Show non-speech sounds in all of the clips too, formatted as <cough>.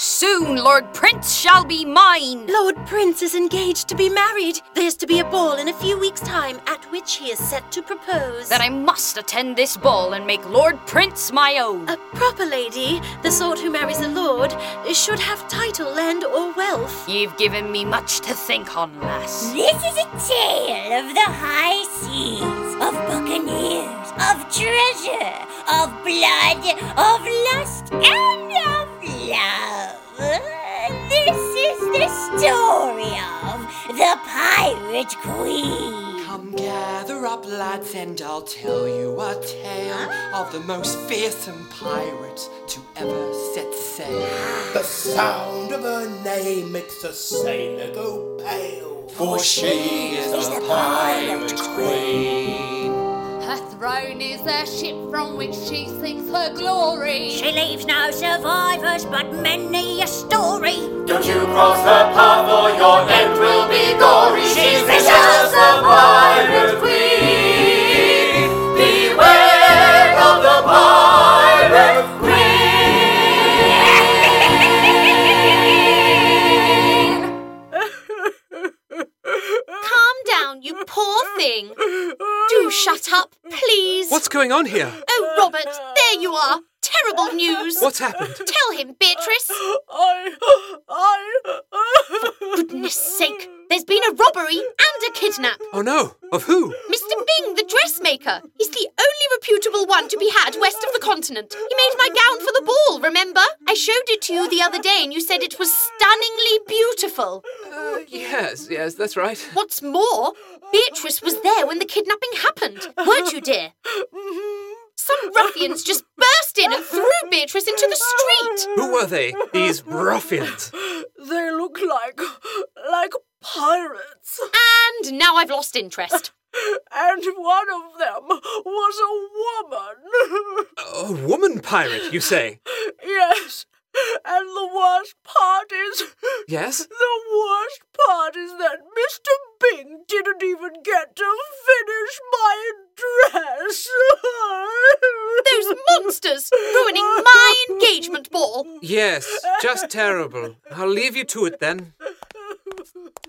Soon Lord Prince shall be mine! Lord Prince is engaged to be married. There's to be a ball in a few weeks' time at which he is set to propose. Then I must attend this ball and make Lord Prince my own. A proper lady, the sort who marries a lord, should have title, land, or wealth. You've given me much to think on, lass. This is a tale of the high seas, of buccaneers, of treasure, of blood, of lust, and of love. This is the story of the Pirate Queen. Come gather up, lads, and I'll tell you a tale of the most fearsome pirate to ever set sail. The sound of her name makes a sailor go pale. For she is the pirate queen. Her throne is a ship from which she sings her glory. She leaves no survivors, but many a story. Don't you cross the path, or your end will be gory. She's vicious, the pirate queen. Beware of the pirate queen. Calm down, you poor thing. Do shut up, please. What's going on here? Oh, Robert, there you are. Terrible news. What's happened? Tell him, Beatrice. Goodness sake, there's been a robbery and a kidnap. Oh no, of who? Mr. Bing, the dressmaker. He's the only reputable one to be had west of the continent. He made my gown for the ball, remember? I showed it to you the other day and you said it was stunningly beautiful. Uh, yes, yes, that's right. What's more, Beatrice was there when the kidnapping happened, weren't you, dear? Some ruffians just burst in and threw Beatrice into the street. Who were they? These ruffians. They look like like pirates. And now I've lost interest. <laughs> And one of them was a woman. <laughs> A woman pirate, you say? yes. And the worst part is Yes? the worst part is that Mr. Bing didn't even get to finish my <laughs> dress. Those monsters ruining my engagement ball. Yes, just terrible. I'll leave you to it then.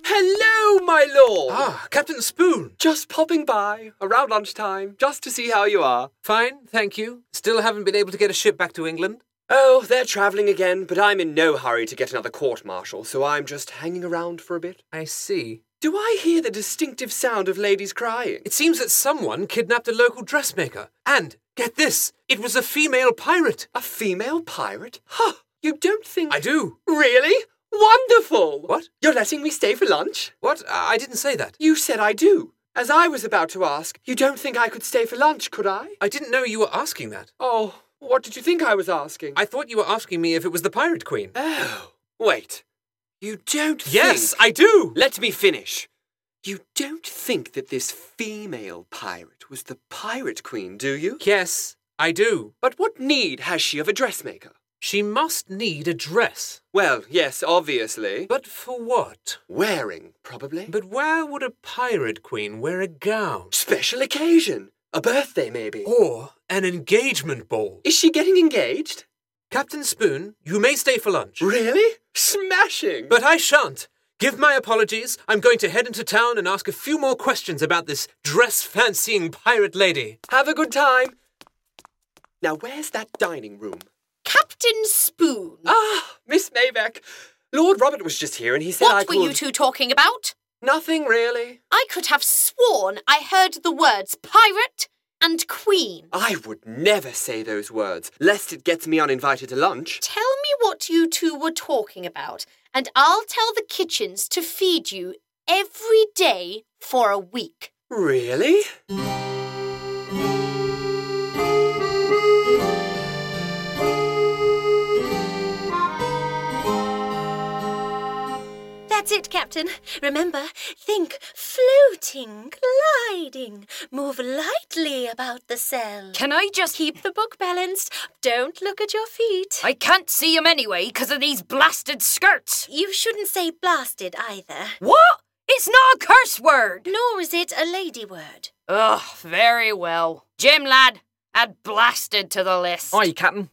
Hello, my lord. Ah, Captain Spoon. Just popping by around lunchtime, just to see how you are. Fine, thank you. Still haven't been able to get a ship back to England. Oh, they're travelling again, but I'm in no hurry to get another court martial, so I'm just hanging around for a bit. I see. Do I hear the distinctive sound of ladies crying? It seems that someone kidnapped a local dressmaker. And, get this, it was a female pirate. A female pirate? Huh, you don't think. I do. Really? Wonderful! What? You're letting me stay for lunch? What? I I didn't say that. You said I do. As I was about to ask, you don't think I could stay for lunch, could I? I didn't know you were asking that. Oh, what did you think I was asking? I thought you were asking me if it was the Pirate Queen. Oh, wait. You don't yes, think. I do! Let me finish. You don't think that this female pirate was the pirate queen, do you? Yes, I do. But what need has she of a dressmaker? She must need a dress. Well, yes, obviously. But But for what? wearing, probably. But where would a Pirate Queen wear a gown? special occasion. A birthday, maybe. Or an engagement ball? Is she getting engaged? Captain Spoon, you may stay for lunch. Really? Smashing! But I shan't. Give my apologies. I'm going to head into town and ask a few more questions about this dress fancying pirate lady. have a good time. Now, where's that dining room? Captain Spoon. Ah, Miss Maybeck. Lord Robert was just here and he said I What were could... you two talking about? Nothing really. I could have sworn I heard the words pirate and queen. I would never say those words, lest it gets me uninvited to lunch. Tell me what you two were talking about, and I'll tell the kitchens to feed you every day for a week. Really? That's it, Captain. Remember, think floating, gliding. Move lightly about the cell. Can I just keep the book balanced? Don't look at your feet. I can't see him anyway because of these blasted skirts. You shouldn't say blasted either. What? It's not a curse word. Nor is it a lady word. Ugh, very well. Jim, lad, add blasted to the list. Aye, Captain.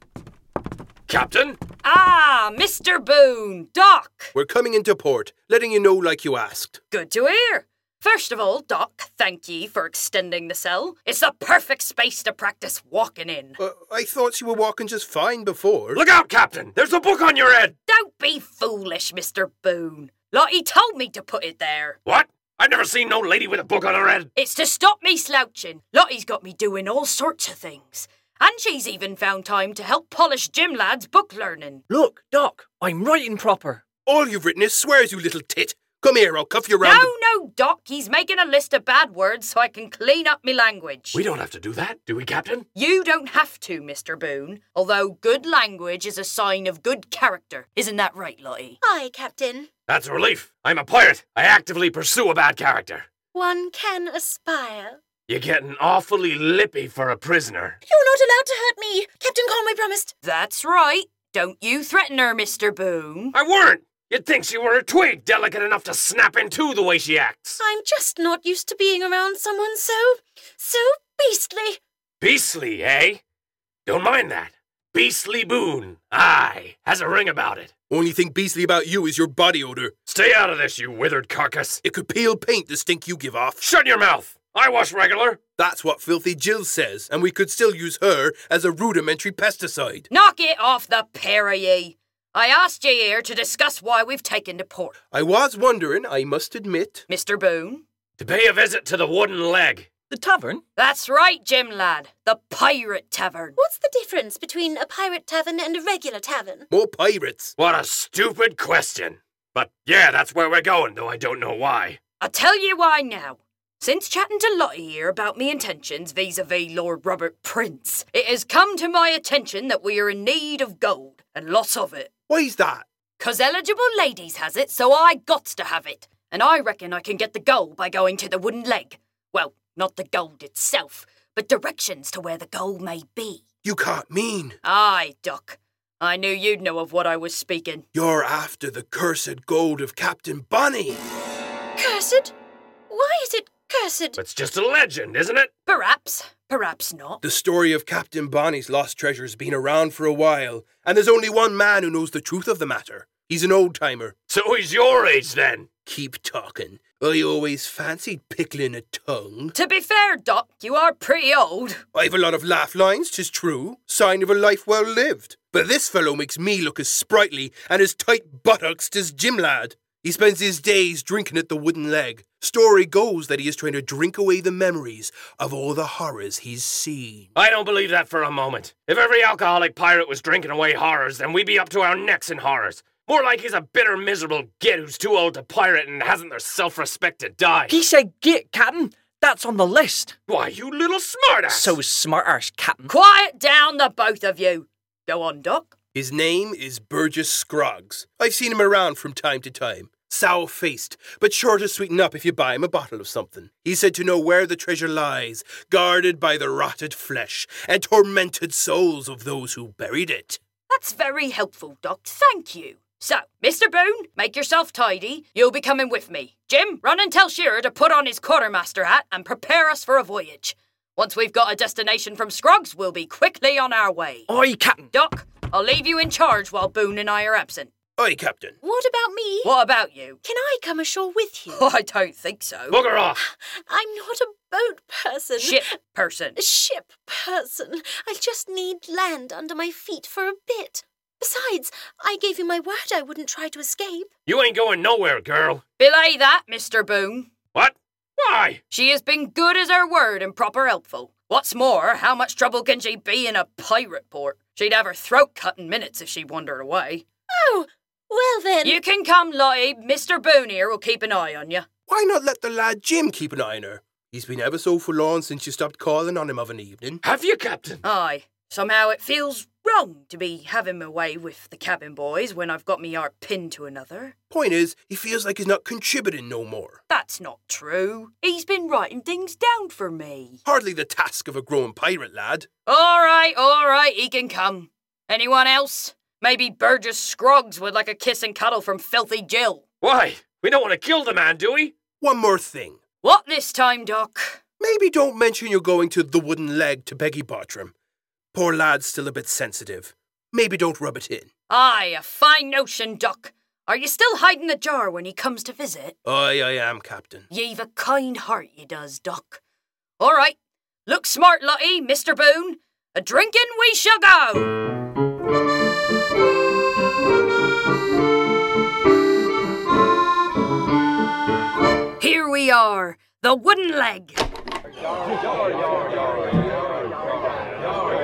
Captain? Ah, Mr. Boone, Doc. We're coming into port, letting you know like you asked. Good to hear. First of all, Doc, thank ye for extending the cell. It's the perfect space to practice walking in. Uh, I thought you were walking just fine before. Look out, Captain! There's a book on your head! Don't be foolish, Mr. Boone. Like he told me to put it there. What? I've never seen no lady with a book on her head. It's to stop me slouching. Lottie's got me doing all sorts of things. And she's even found time to help polish Jim Lad's book learning. Look, Doc, I'm writing proper. All you've written is swears, you little tit. Come here, I'll cuff you round. No, no, Doc, he's making a list of bad words so I can clean up me language. We don't have to do that, do we, Captain? You don't have to, Mr. Boone. Although good language is a sign of good character. Isn't that right, Lottie? Aye, Captain. That's a relief. I'm a pirate. I actively pursue a bad character. One can aspire. You're getting awfully lippy for a prisoner. You're not allowed to hurt me. Captain Conway promised. That's right. Don't you threaten her, Mr. Boone. I weren't. You'd think she were a twig delicate enough to snap in two the way she acts. I'm just not used to being around someone so. so beastly. Beastly, eh? Don't mind that. Beastly Boone. Aye, has a ring about it. Only thing beastly about you is your body odor. Stay out of this, you withered carcass. It could peel paint, the stink you give off. Shut your mouth. I wash regular. That's what Filthy Jill says, and we could still use her as a rudimentary pesticide. Knock it off the pair of ye. I asked ye here to discuss why we've taken to port. I was wondering, I must admit. Mr. Boone? To pay a visit to the Wooden Leg. The tavern? That's right, Jim lad. The Pirate Tavern. What's the difference between a pirate tavern and a regular tavern? More pirates. What a stupid question. But yeah, that's where we're going, though I don't know why. i tell you why now. Since chatting to Lottie here about me intentions vis a vis Lord Robert Prince, it has come to my attention that we are in need of gold, and lots of it. Why's that? 'Cause eligible ladies has it, so I gots to have it. And I reckon I can get the gold by going to the wooden leg. Well, not the gold itself, but directions to where the gold may be. You can't mean. Aye, Doc. I knew you'd know of what I was speaking. You're after the cursed gold of Captain Bunny. Cursed? Why is it cursed. It's just a legend, isn't it? Perhaps, perhaps not. The story of Captain Bonnie's lost treasure's been around for a while, and there's only one man who knows the truth of the matter. He's an old timer. So he's your age then? Keep talking. I always fancied pickling a tongue. To be fair, Doc, you are pretty old. I've a lot of laugh lines, 'tis true. Sign of a life well lived. But this fellow makes me look as sprightly and as tight buttocks as Jim Lad. He spends his days drinking at the wooden leg. Story goes that he is trying to drink away the memories of all the horrors he's seen. I don't believe that for a moment. If every alcoholic pirate was drinking away horrors, then we'd be up to our necks in horrors. More like he's a bitter, miserable git who's too old to pirate and hasn't their self respect to die. He said git, Captain. That's on the list. Why, you little smartass! So smartass, Captain. Quiet down, the both of you. Go on, Doc. His name is Burgess Scroggs. I've seen him around from time to time. Sour faced, but sure to sweeten up if you buy him a bottle of something. He's said to know where the treasure lies, guarded by the rotted flesh and tormented souls of those who buried it. That's very helpful, Doc. Thank you. So, Mr. Boone, make yourself tidy. You'll be coming with me. Jim, run and tell Shearer to put on his quartermaster hat and prepare us for a voyage. Once we've got a destination from Scroggs, we'll be quickly on our way. Aye, Captain. Doc, I'll leave you in charge while Boone and I are absent. Aye, Captain. What about me? What about you? <laughs> Can I come ashore with you? Oh, I don't think so. Bugger off! I'm not a boat person. Ship person. Ship person. I just need land under my feet for a bit. Besides, I gave you my word I wouldn't try to escape. You ain't going nowhere, girl. Belay that, Mr. Boone. What? Why? She has been good as her word and proper helpful. What's more, how much trouble can she be in a pirate port? She'd have her throat cut in minutes if she wandered away. Oh, Well then. You can come, Lottie. Mr. Boone here will keep an eye on you. Why not let the lad Jim keep an eye on her? He's been ever so forlorn since you stopped calling on him of an evening. Have you, Captain? Aye. Somehow it feels wrong to be having my way with the cabin boys when I've got me art pinned to another. Point is, he feels like he's not contributing no more. That's not true. He's been writing things down for me. Hardly the task of a grown pirate lad. All right, all right, he can come. Anyone else? Maybe Burgess Scroggs would like a kiss and cuddle from Filthy Jill. Why? We don't want to kill the man, do we? One more thing. What this time, Doc? Maybe don't mention you're going to the wooden leg to Peggy Bartram. Poor lad's still a bit sensitive. Maybe don't rub it in. Aye, a fine notion, Doc. Are you still hiding the jar when he comes to visit? Aye, I am, Captain. Ye've a kind heart, you does, Doc. All right. Look smart, Lottie, Mr. Boone. A drinking we shall go. Here we are, the wooden leg.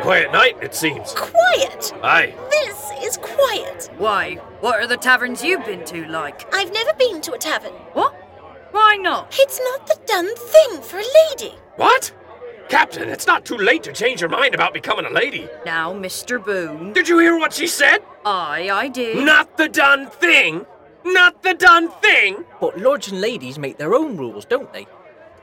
Quiet night, it seems. Quiet! Aye. This is quiet. Why, what are the taverns you've been to like? I've never been to a tavern. What? Why not? It's not the done thing for a lady. What? Captain, it's not too late to change your mind about becoming a lady. Now, Mr. Boone. Did you hear what she said? Aye, I did. Not the done thing! Not the done thing! But lords and ladies make their own rules, don't they?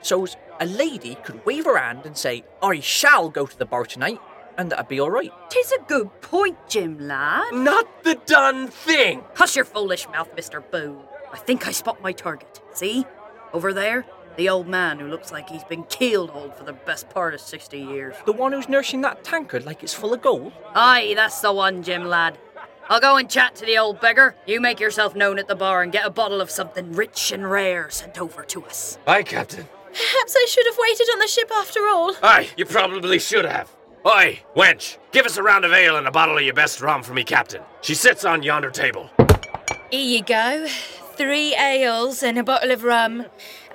So a lady could wave her hand and say, I shall go to the bar tonight, and that'd be all right. Tis a good point, Jim, lad. Not the done thing! Hush your foolish mouth, Mr. Boone. I think I spot my target. See? Over there? The old man who looks like he's been keeled old for the best part of 60 years. The one who's nursing that tankard like it's full of gold? Aye, that's the one, Jim, lad. I'll go and chat to the old beggar. You make yourself known at the bar and get a bottle of something rich and rare sent over to us. Aye, Captain. Perhaps I should have waited on the ship after all. Aye, you probably should have. Oi, wench, give us a round of ale and a bottle of your best rum for me, Captain. She sits on yonder table. Here you go. Three ales and a bottle of rum.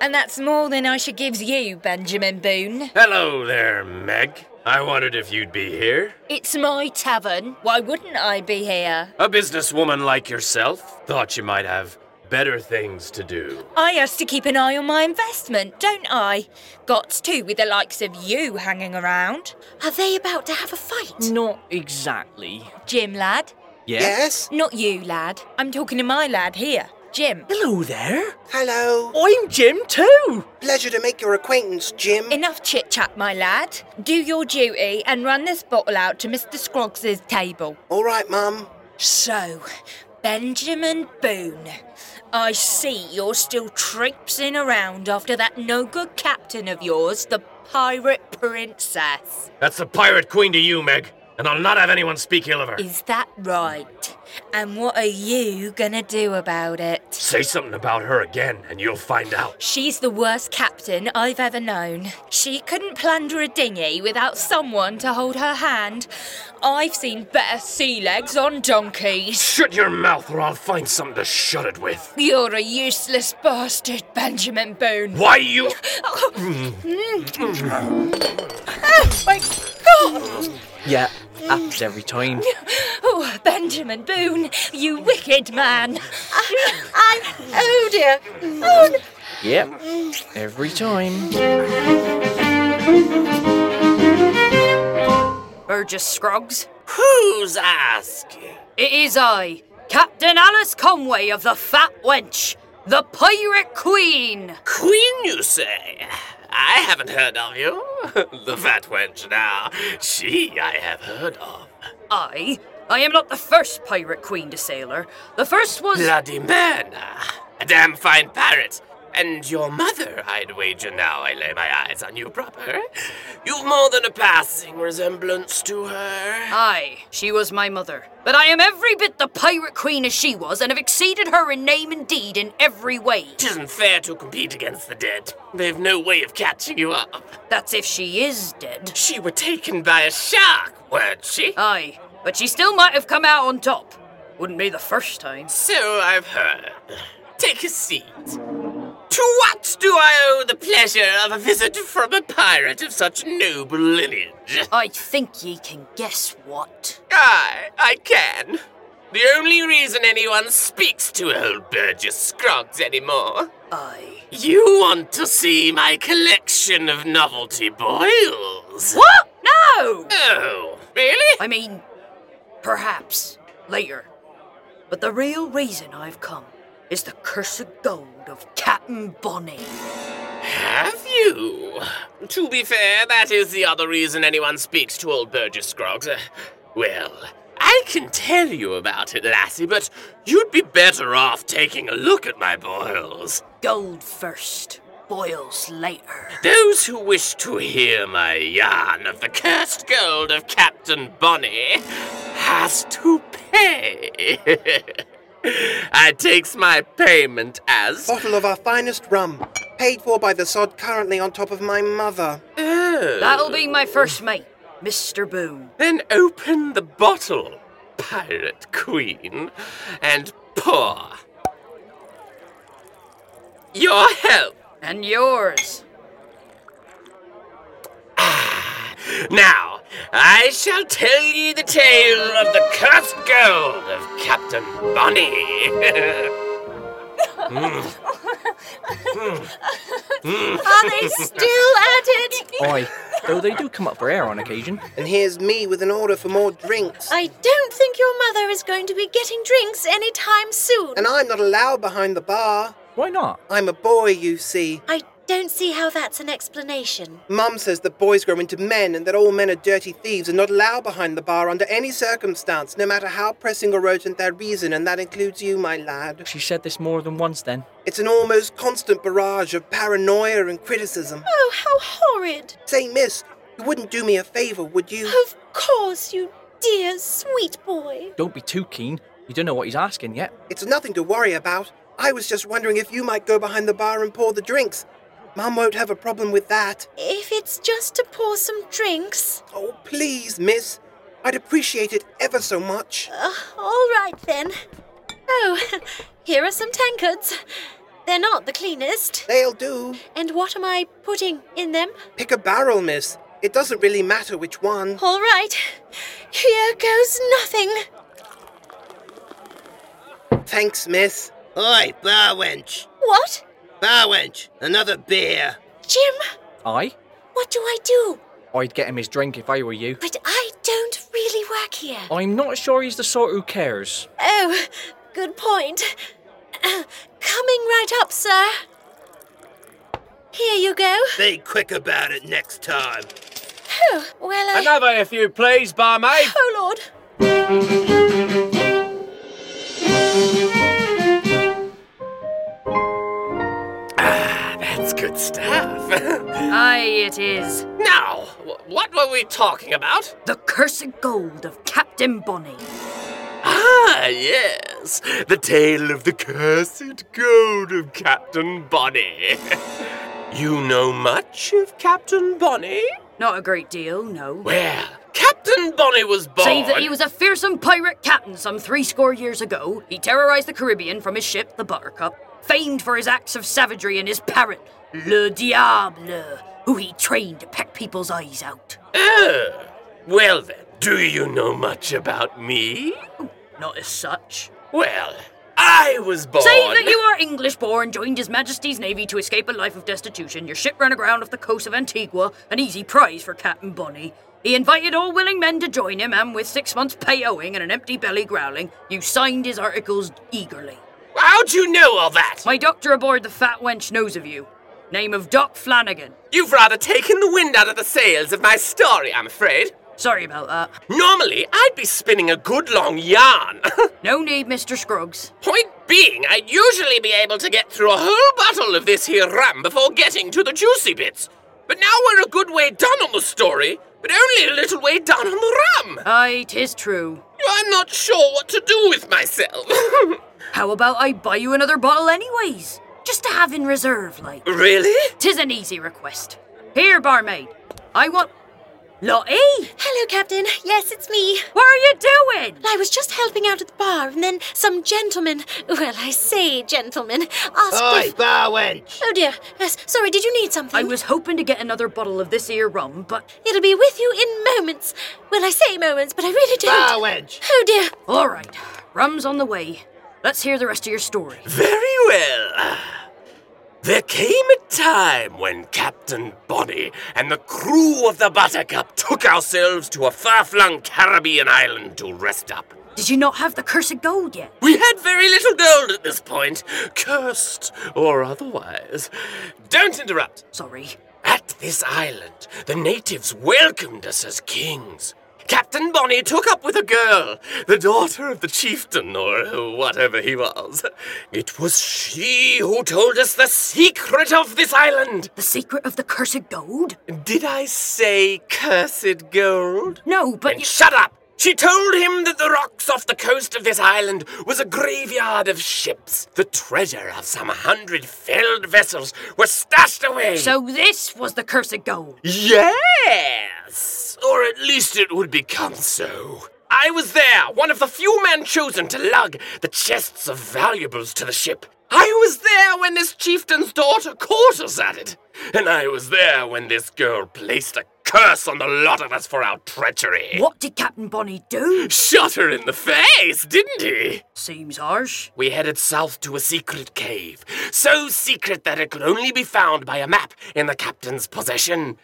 And that's more than I should gives you, Benjamin Boone. Hello there, Meg. I wondered if you'd be here. It's my tavern. Why wouldn't I be here? A businesswoman like yourself thought you might have better things to do. I has to keep an eye on my investment, don't I? Got to with the likes of you hanging around. Are they about to have a fight? Not exactly. Jim, lad? Yes? Not you, lad. I'm talking to my lad here, Jim. Hello there. Hello. I'm Jim too. Pleasure to make your acquaintance, Jim. Enough chit chat, my lad. Do your duty and run this bottle out to Mr. Scroggs's table. All right, Mum. So, Benjamin Boone, I see you're still traipsing around after that no good captain of yours, the Pirate Princess. That's the pirate queen to you, Meg, and I'll not have anyone speak ill of her. Is that right? And what are you gonna do about it? Say something about her again, and you'll find out. She's the worst captain I've ever known. She couldn't plunder a dinghy without someone to hold her hand. I've seen better sea legs on donkeys. Shut your mouth, or I'll find something to shut it with. You're a useless bastard, Benjamin Boone. Mm. Why you. Oh my god! Yeah, happens every time. Oh, Benjamin Boone, you wicked man. I. Oh dear. Oh, no. Yep, every time. Burgess Scroggs. Who's asking? It is I, Captain Alice Conway of the Fat Wench, the Pirate Queen. Queen, you say? I haven't heard of you. <laughs> the fat wench now. She I have heard of. I, I am not the first pirate queen to sailor. The first was. Bloody Myrna. A damn fine parrot. And your mother, I'd wager now I lay my eyes on you proper. You've more than a passing resemblance to her. Aye, she was my mother. But I am every bit the pirate queen as she was, and have exceeded her in name and deed in every way. Tisn't fair to compete against the dead. They've no way of catching you up. That's if she is dead. She were taken by a shark, weren't she? Aye, but she still might have come out on top. Wouldn't be the first time. So I've heard. Take a seat. To what do I owe the pleasure of a visit from a pirate of such noble lineage? I think ye can guess what. Aye, I can. The only reason anyone speaks to old Burgess Scroggs anymore. I. You want to see my collection of novelty boils? What? No! Oh, really? I mean, perhaps later. But the real reason I've come is the cursed gold of Captain Bonnie. Have you? To be fair, that is the other reason anyone speaks to old Burgess Scroggs. Uh, well, I can tell you about it, lassie, but you'd be better off taking a look at my boils. Gold first, boils later. Those who wish to hear my yarn of the cursed gold of Captain Bonnie has to pay. <laughs> I takes my payment as. Bottle of our finest rum, paid for by the sod currently on top of my mother. That'll be my first mate, Mr. Boone. Then open the bottle, pirate queen, and pour. Your help. And yours. Ah, Now, I shall tell ye the tale of the cursed gold of Captain <laughs> Bonnie. Hmm. Mm. <laughs> <laughs> Are they still at it? Aye, though they do come up for air on occasion. And here's me with an order for more drinks. I don't think your mother is going to be getting drinks anytime soon. And I'm not allowed behind the bar. Why not? I'm a boy, you see. I don't see how that's an explanation. Mum says that boys grow into men and that all men are dirty thieves and not allowed behind the bar under any circumstance, no matter how pressing or urgent their reason, and that includes you, my lad. She said this more than once then. It's an almost constant barrage of paranoia and criticism. Oh, how horrid! Say, miss, you wouldn't do me a favour, would you? Of course, you dear, sweet boy. Don't be too keen. You don't know what he's asking yet. It's nothing to worry about. I was just wondering if you might go behind the bar and pour the drinks. Mum won't have a problem with that. If it's just to pour some drinks. Oh, please, miss. I'd appreciate it ever so much. Uh, all right then. Oh, <laughs> here are some tankards. They're not the cleanest. They'll do. And what am I putting in them? Pick a barrel, miss. It doesn't really matter which one. All right. Here goes nothing. Thanks, miss. Oi, bar wench. What? Bar wench, another <sighs> beer. Jim, Aye? what do I do? I'd get him his drink if I were you. But I don't really work here. I'm not sure he's the sort who cares. Oh, good point. <clears throat> Coming right up, sir. Here you go. Be quick about it next time. Oh, well, I. Another if you please, barmaid. Oh, Lord. Ah, That's good stuff. <laughs> Aye, it is. now, wh- what were we talking about? The cursed gold of Captain Bonnie. Ah, yes. The tale of the cursed gold of Captain Bonnie. <laughs> you know much of Captain Bonnie? Not a great deal, no. Well, Captain Bonnie was born. Save that he was a fearsome pirate captain some three score years ago. He terrorized the Caribbean from his ship, the Buttercup, famed for his acts of savagery and his parrot, Le Diable, who he trained to peck people's eyes out. Oh, well then, do you know much about me? Not as such. Well, I was born. Say that you are English born, joined His Majesty's Navy to escape a life of destitution. Your ship ran aground off the coast of Antigua, an easy prize for Captain Bonnie. He invited all willing men to join him, and with six months' pay owing and an empty belly growling, you signed his articles eagerly. How'd you know all that? My doctor aboard the Fat Wench knows of you. Name of Doc Flanagan. You've rather taken the wind out of the sails of my story, I'm afraid. Sorry about that. Normally, I'd be spinning a good long yarn. no need, Mr. Scruggs. Point being, I'd usually be able to get through a whole bottle of this here rum before getting to the juicy bits. But now we're a good way down on the story, but only a little way down on the rum. Aye, tis true. I'm not sure what to do with myself. <laughs> How about I buy you another bottle, anyways? Just to have in reserve, like. really? Tis an easy request. Here, barmaid. I want. Lottie? Hello, Captain. Yes, it's me. What are you doing? I was just helping out at the bar, and then some gentleman, well, I say gentleman, asked Oi, if... bar wench! Oh, dear. Yes, sorry, did you need something? I was hoping to get another bottle of this here rum, but. It'll be with you in moments. Well, I say moments, but I really don't. Bar wench. Oh, dear. All right, rum's on the way. Let's hear the rest of your story. Very well. There came a time when Captain Bonny and the crew of the Buttercup took ourselves to a far flung Caribbean island to rest up. Did you not have the cursed gold yet? We had very little gold at this point, cursed or otherwise. Don't interrupt. Sorry. At this island, the natives welcomed us as kings. Captain Bonny took up with a girl, the daughter of the chieftain, or whatever he was. It was she who told us the secret of this island. The secret of the cursed gold? Did I say cursed gold? No, but. Then shut up! She told him that the rocks off the coast of this island was a graveyard of ships. The treasure of some hundred felled vessels was stashed away. So this was the cursed gold? Yes! Or at least it would become so. I was there, one of the few men chosen to lug the chests of valuables to the ship. I was there when this chieftain's daughter caught us at it. <laughs> And I was there when this girl placed a curse on the lot of us for our treachery. What did Captain Bonny do? Shot her in the face, didn't he? Seems harsh. We headed south to a secret cave, so secret that it could only be found by a map in the captain's possession.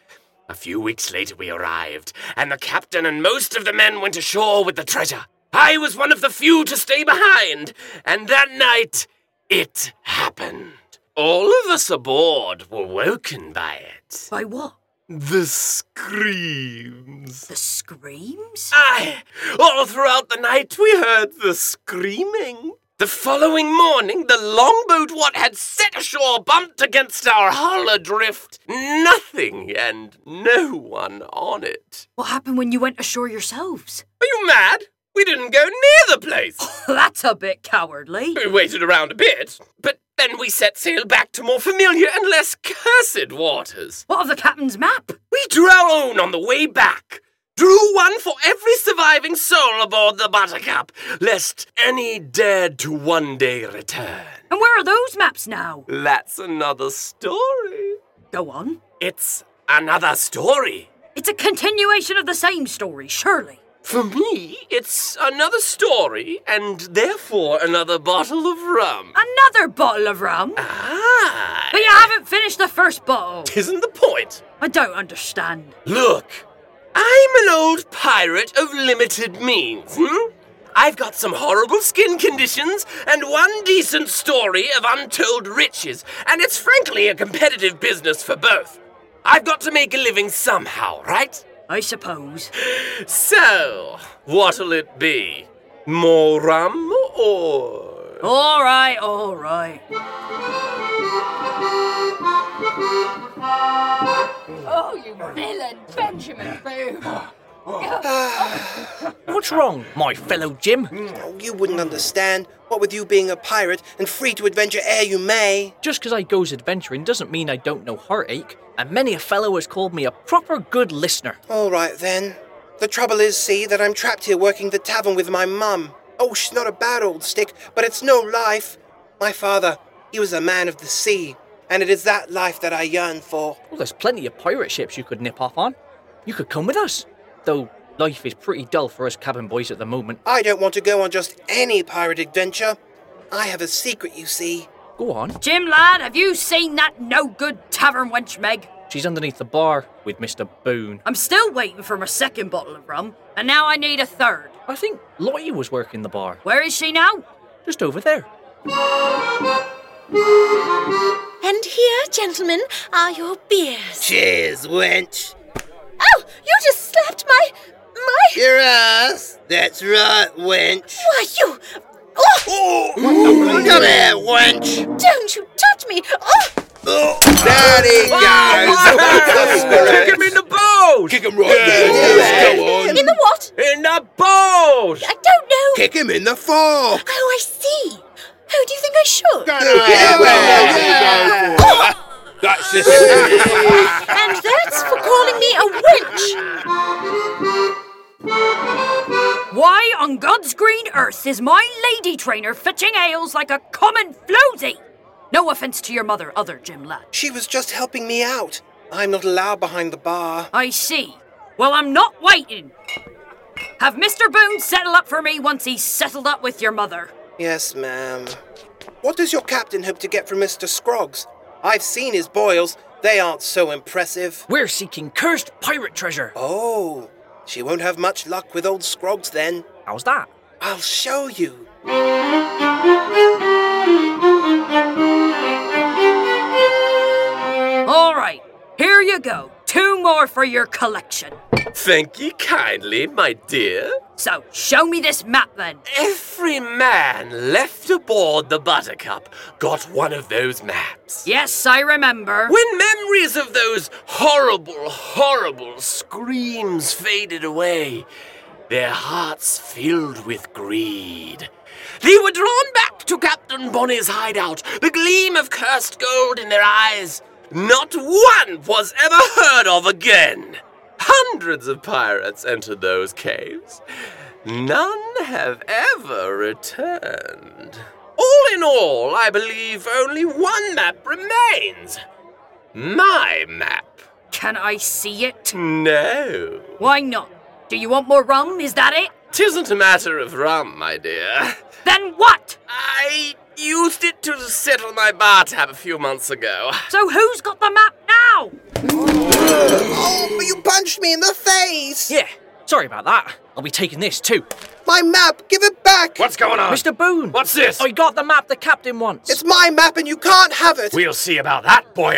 A few weeks later, we arrived, and the captain and most of the men went ashore with the treasure. I was one of the few to stay behind, and that night, it happened. All of us aboard were woken by it. By what? The screams. The screams? Aye! All throughout the night we heard the screaming. The following morning, the longboat what had set ashore bumped against our hull adrift. Nothing and no one on it. What happened when you went ashore yourselves? Are you mad? We didn't go near the place. <laughs> That's a bit cowardly. We waited around a bit, but then we set sail back to more familiar and less cursed waters. What of the captain's map? We drew our own on the way back. Drew one for every surviving soul aboard the Buttercup, lest any dared to one day return. And where are those maps now? That's another story. Go on. It's another story. It's a continuation of the same story, surely. For me, it's another story, and therefore another bottle of rum. Another bottle of rum? Ah! But you haven't finished the first <laughs> bottle. Isn't the point? I don't understand. Look, I'm an old pirate of limited means, hmm? I've got some horrible skin conditions and one decent story of untold riches, and it's frankly a competitive business for both. I've got to make a living somehow, right? I suppose. <sighs> So, what'll it be? More rum or. All right, all right. Oh, you villain, Benjamin Boom! What's wrong, my fellow Jim? Oh, you wouldn't understand. What with you being a pirate and free to adventure ere you may. Just 'cause I goes adventuring doesn't mean I don't know heartache, and many a fellow has called me a proper good listener. All right then. The trouble is, see, that I'm trapped here working the tavern with my mum. Oh, she's not a bad old stick, but it's no life. My father, he was a man of the sea, and it is that life that I yearn for. Well, there's plenty of pirate ships you could nip off on. You could come with us. Though life is pretty dull for us cabin boys at the moment. I don't want to go on just any pirate adventure. I have a secret, you see. Go on. Jim, lad, have you seen that no good tavern wench, Meg? She's underneath the bar with Mr. Boone. I'm still waiting for my second bottle of rum, and now I need a third. I think Lottie was working the bar. Where is she now? Just over there. And here, gentlemen, are your beers. Cheers, wench. Oh, you just slapped my. my. Your ass. That's right, wench. Why, you. Oh! Come here, wench. Don't you touch me! Oh! Oh, there he goes. Kick him in the boat! Kick him right there. Go on. In the what? In the boat! I don't know. Kick him in the fall. Oh, I see. How do you think I should? Yeah, well, there you go. Oh! That precious. and that's for calling me a wench. Why on God's green earth is my lady trainer fetching ales like a common floozy? No offense to your mother, other Jim lad. She was just helping me out. I'm not allowed behind the bar. I see. Well, I'm not waiting. Have Mr. Boone settle up for me once he's settled up with your mother. Yes, ma'am. What does your captain hope to get from Mr. Scroggs? I've seen his boils. They aren't so impressive. We're seeking cursed pirate treasure. Oh, she won't have much luck with old Scroggs then. How's that? I'll show you. All right, here you go. Two more for your collection. Thank ye kindly, my dear. So, show me this map then. Every man left aboard the Buttercup got one of those maps. Yes, I remember. When memories of those horrible, horrible screams faded away, their hearts filled with greed. They were drawn back to Captain Bonny's hideout, the gleam of cursed gold in their eyes. Not one was ever heard of again. Hundreds of pirates entered those caves. None have ever returned. All in all, I believe only one map remains. My map. Can I see it? No. Why not? Do you want more rum? Is that it? Tisn't a matter of rum, my dear. Then what? I used it to settle my bar tab a few months ago. So who's got the map now? Oh, but you punched me in the face! Yeah, sorry about that. I'll be taking this too. My map, give it back! What's going on? Mr. Boone! What's this? I got the map the captain wants. It's my map and you can't have <laughs> it! We'll see about that, boy.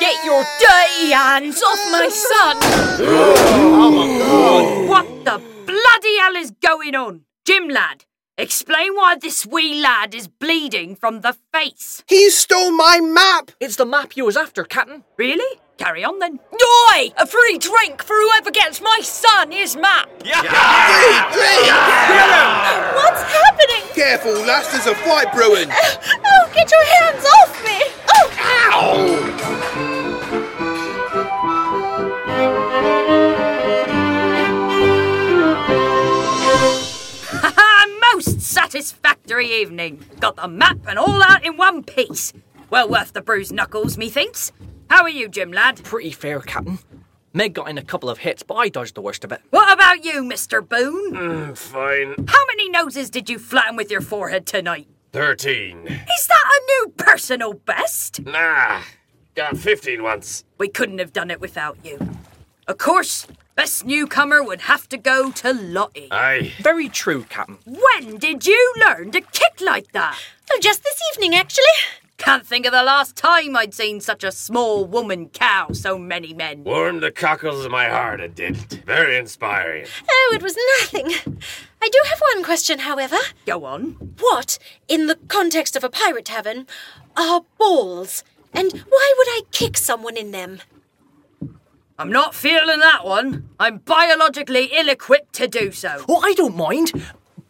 Get your dirty hands off my son! Oh, What the bloody hell is going on? Jim lad, explain why this wee lad is bleeding from the face. He stole my map! It's the map you was after, Captain. Really? Carry on then. Oi! A free drink for whoever gets my son his map! What's happening? Careful, lass, there's a fight brewing. Oh, get your hands off me! Oh, Ow! Haha, <laughs> most satisfactory evening. Got the map and all out in one piece. Well worth the bruised knuckles, methinks. How are you, Jim lad? Pretty fair, Captain. Meg got in a couple of hits, but I dodged the worst of it. What about you, Mr. Boone? Fine. How many noses did you flatten with your forehead tonight? Thirteen. Is that a new personal best? Nah. Got fifteen once. We couldn't have done it without you. Of course, best newcomer would have to go to Lottie. Aye. Very true, Captain. When did you learn to kick like that? Oh, just this evening, actually. Can't think of the last time I'd seen such a small woman cow so many men. Warmed the cockles of my heart, it did. Very inspiring. Oh, it was nothing. I do have one question, however. Go on. What, in the context of a pirate tavern, are balls? And why would I kick someone in them? I'm not feeling that one. I'm biologically ill equipped to do so. Oh, I don't mind.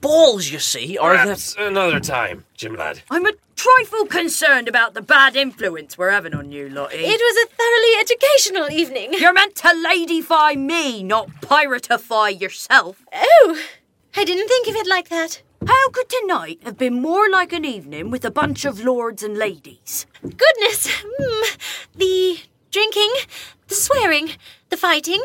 Balls, you see, are Perhaps another time, Jim lad. I'm a trifle concerned about the bad influence we're having on you, Lottie. It was a thoroughly educational evening. You're meant to ladyfy me, not piratify yourself. Oh, I didn't think of it like that. How could tonight have been more like an evening with a bunch of lords and ladies? Goodness, mm, the drinking, the swearing, the fighting,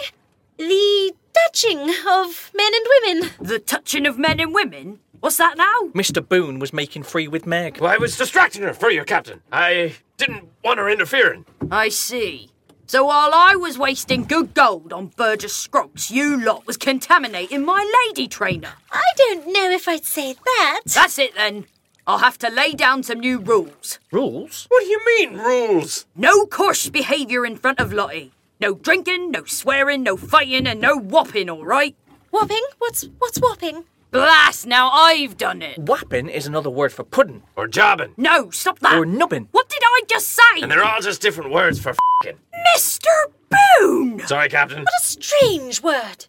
the touching of men and women. The touching of men and women? What's that now? the. Mr. Boone was making free with Meg. Well, I was distracting her for you, Captain. I didn't want her interfering. I see. So while I was wasting good gold on Burgess Scroggs, you lot was contaminating my lady trainer. I don't know if I'd say that. That's it then. I'll have to lay down some new rules. Rules? What do you mean, rules? No coarse behaviour in front of Lottie. No drinking, no swearing, no fighting, and no whopping, all right? Whopping? What's what's whopping? Blast, now I've done it. Whapping is another word for pudding. Or jobbing. No, stop that. Or nubbing. What did I just say? And they're all just different words <laughs> for fing. Mr. Boone! Sorry, Captain. What a strange word.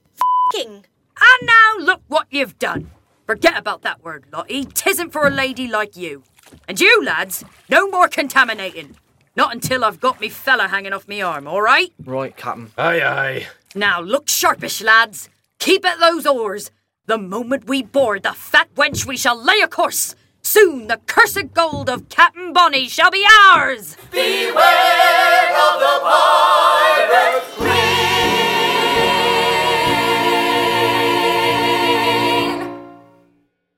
F***ing. And now look what you've done. Forget about that word, Lottie. Tisn't for a lady like you. And you, lads, no more contaminating. Not until I've got me fella hanging off me arm, all right? Right, Captain. Aye, aye. Now look sharpish, lads. Keep at those oars. The moment we board the fat wench, we shall lay a course. Soon the cursed gold of Captain Bonnie shall be ours. Beware of the pirate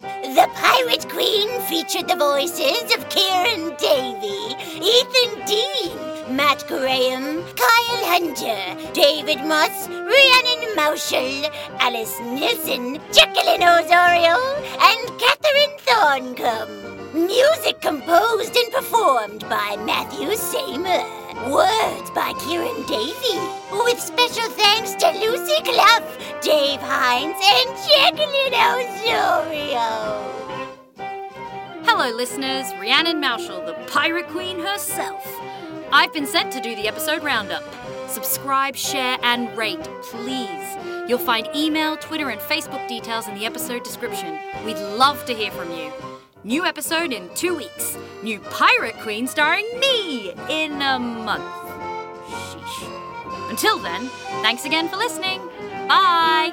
The Pirate Queen featured the voices of Kieran Davey, Ethan Dean, Matt Graham, Kyle Hunter, David Moss, Rhiannon Mauschel, Alice Nielsen, Jacqueline Osorio, and Catherine Thorncombe. Music composed and performed by Matthew Samer. Words by Kieran Davey, with special thanks to Lucy Clough, Dave Hines, and Jacqueline Osorio. Hello, listeners. Rhiannon Mauschel, the Pirate Queen herself. I've been sent to do the episode roundup. Subscribe, share, and rate, please. You'll find email, Twitter, and Facebook details in the episode description. We'd love to hear from you. New episode in two weeks. New Pirate Queen starring me in a month. Sheesh. Until then, thanks again for listening. Bye.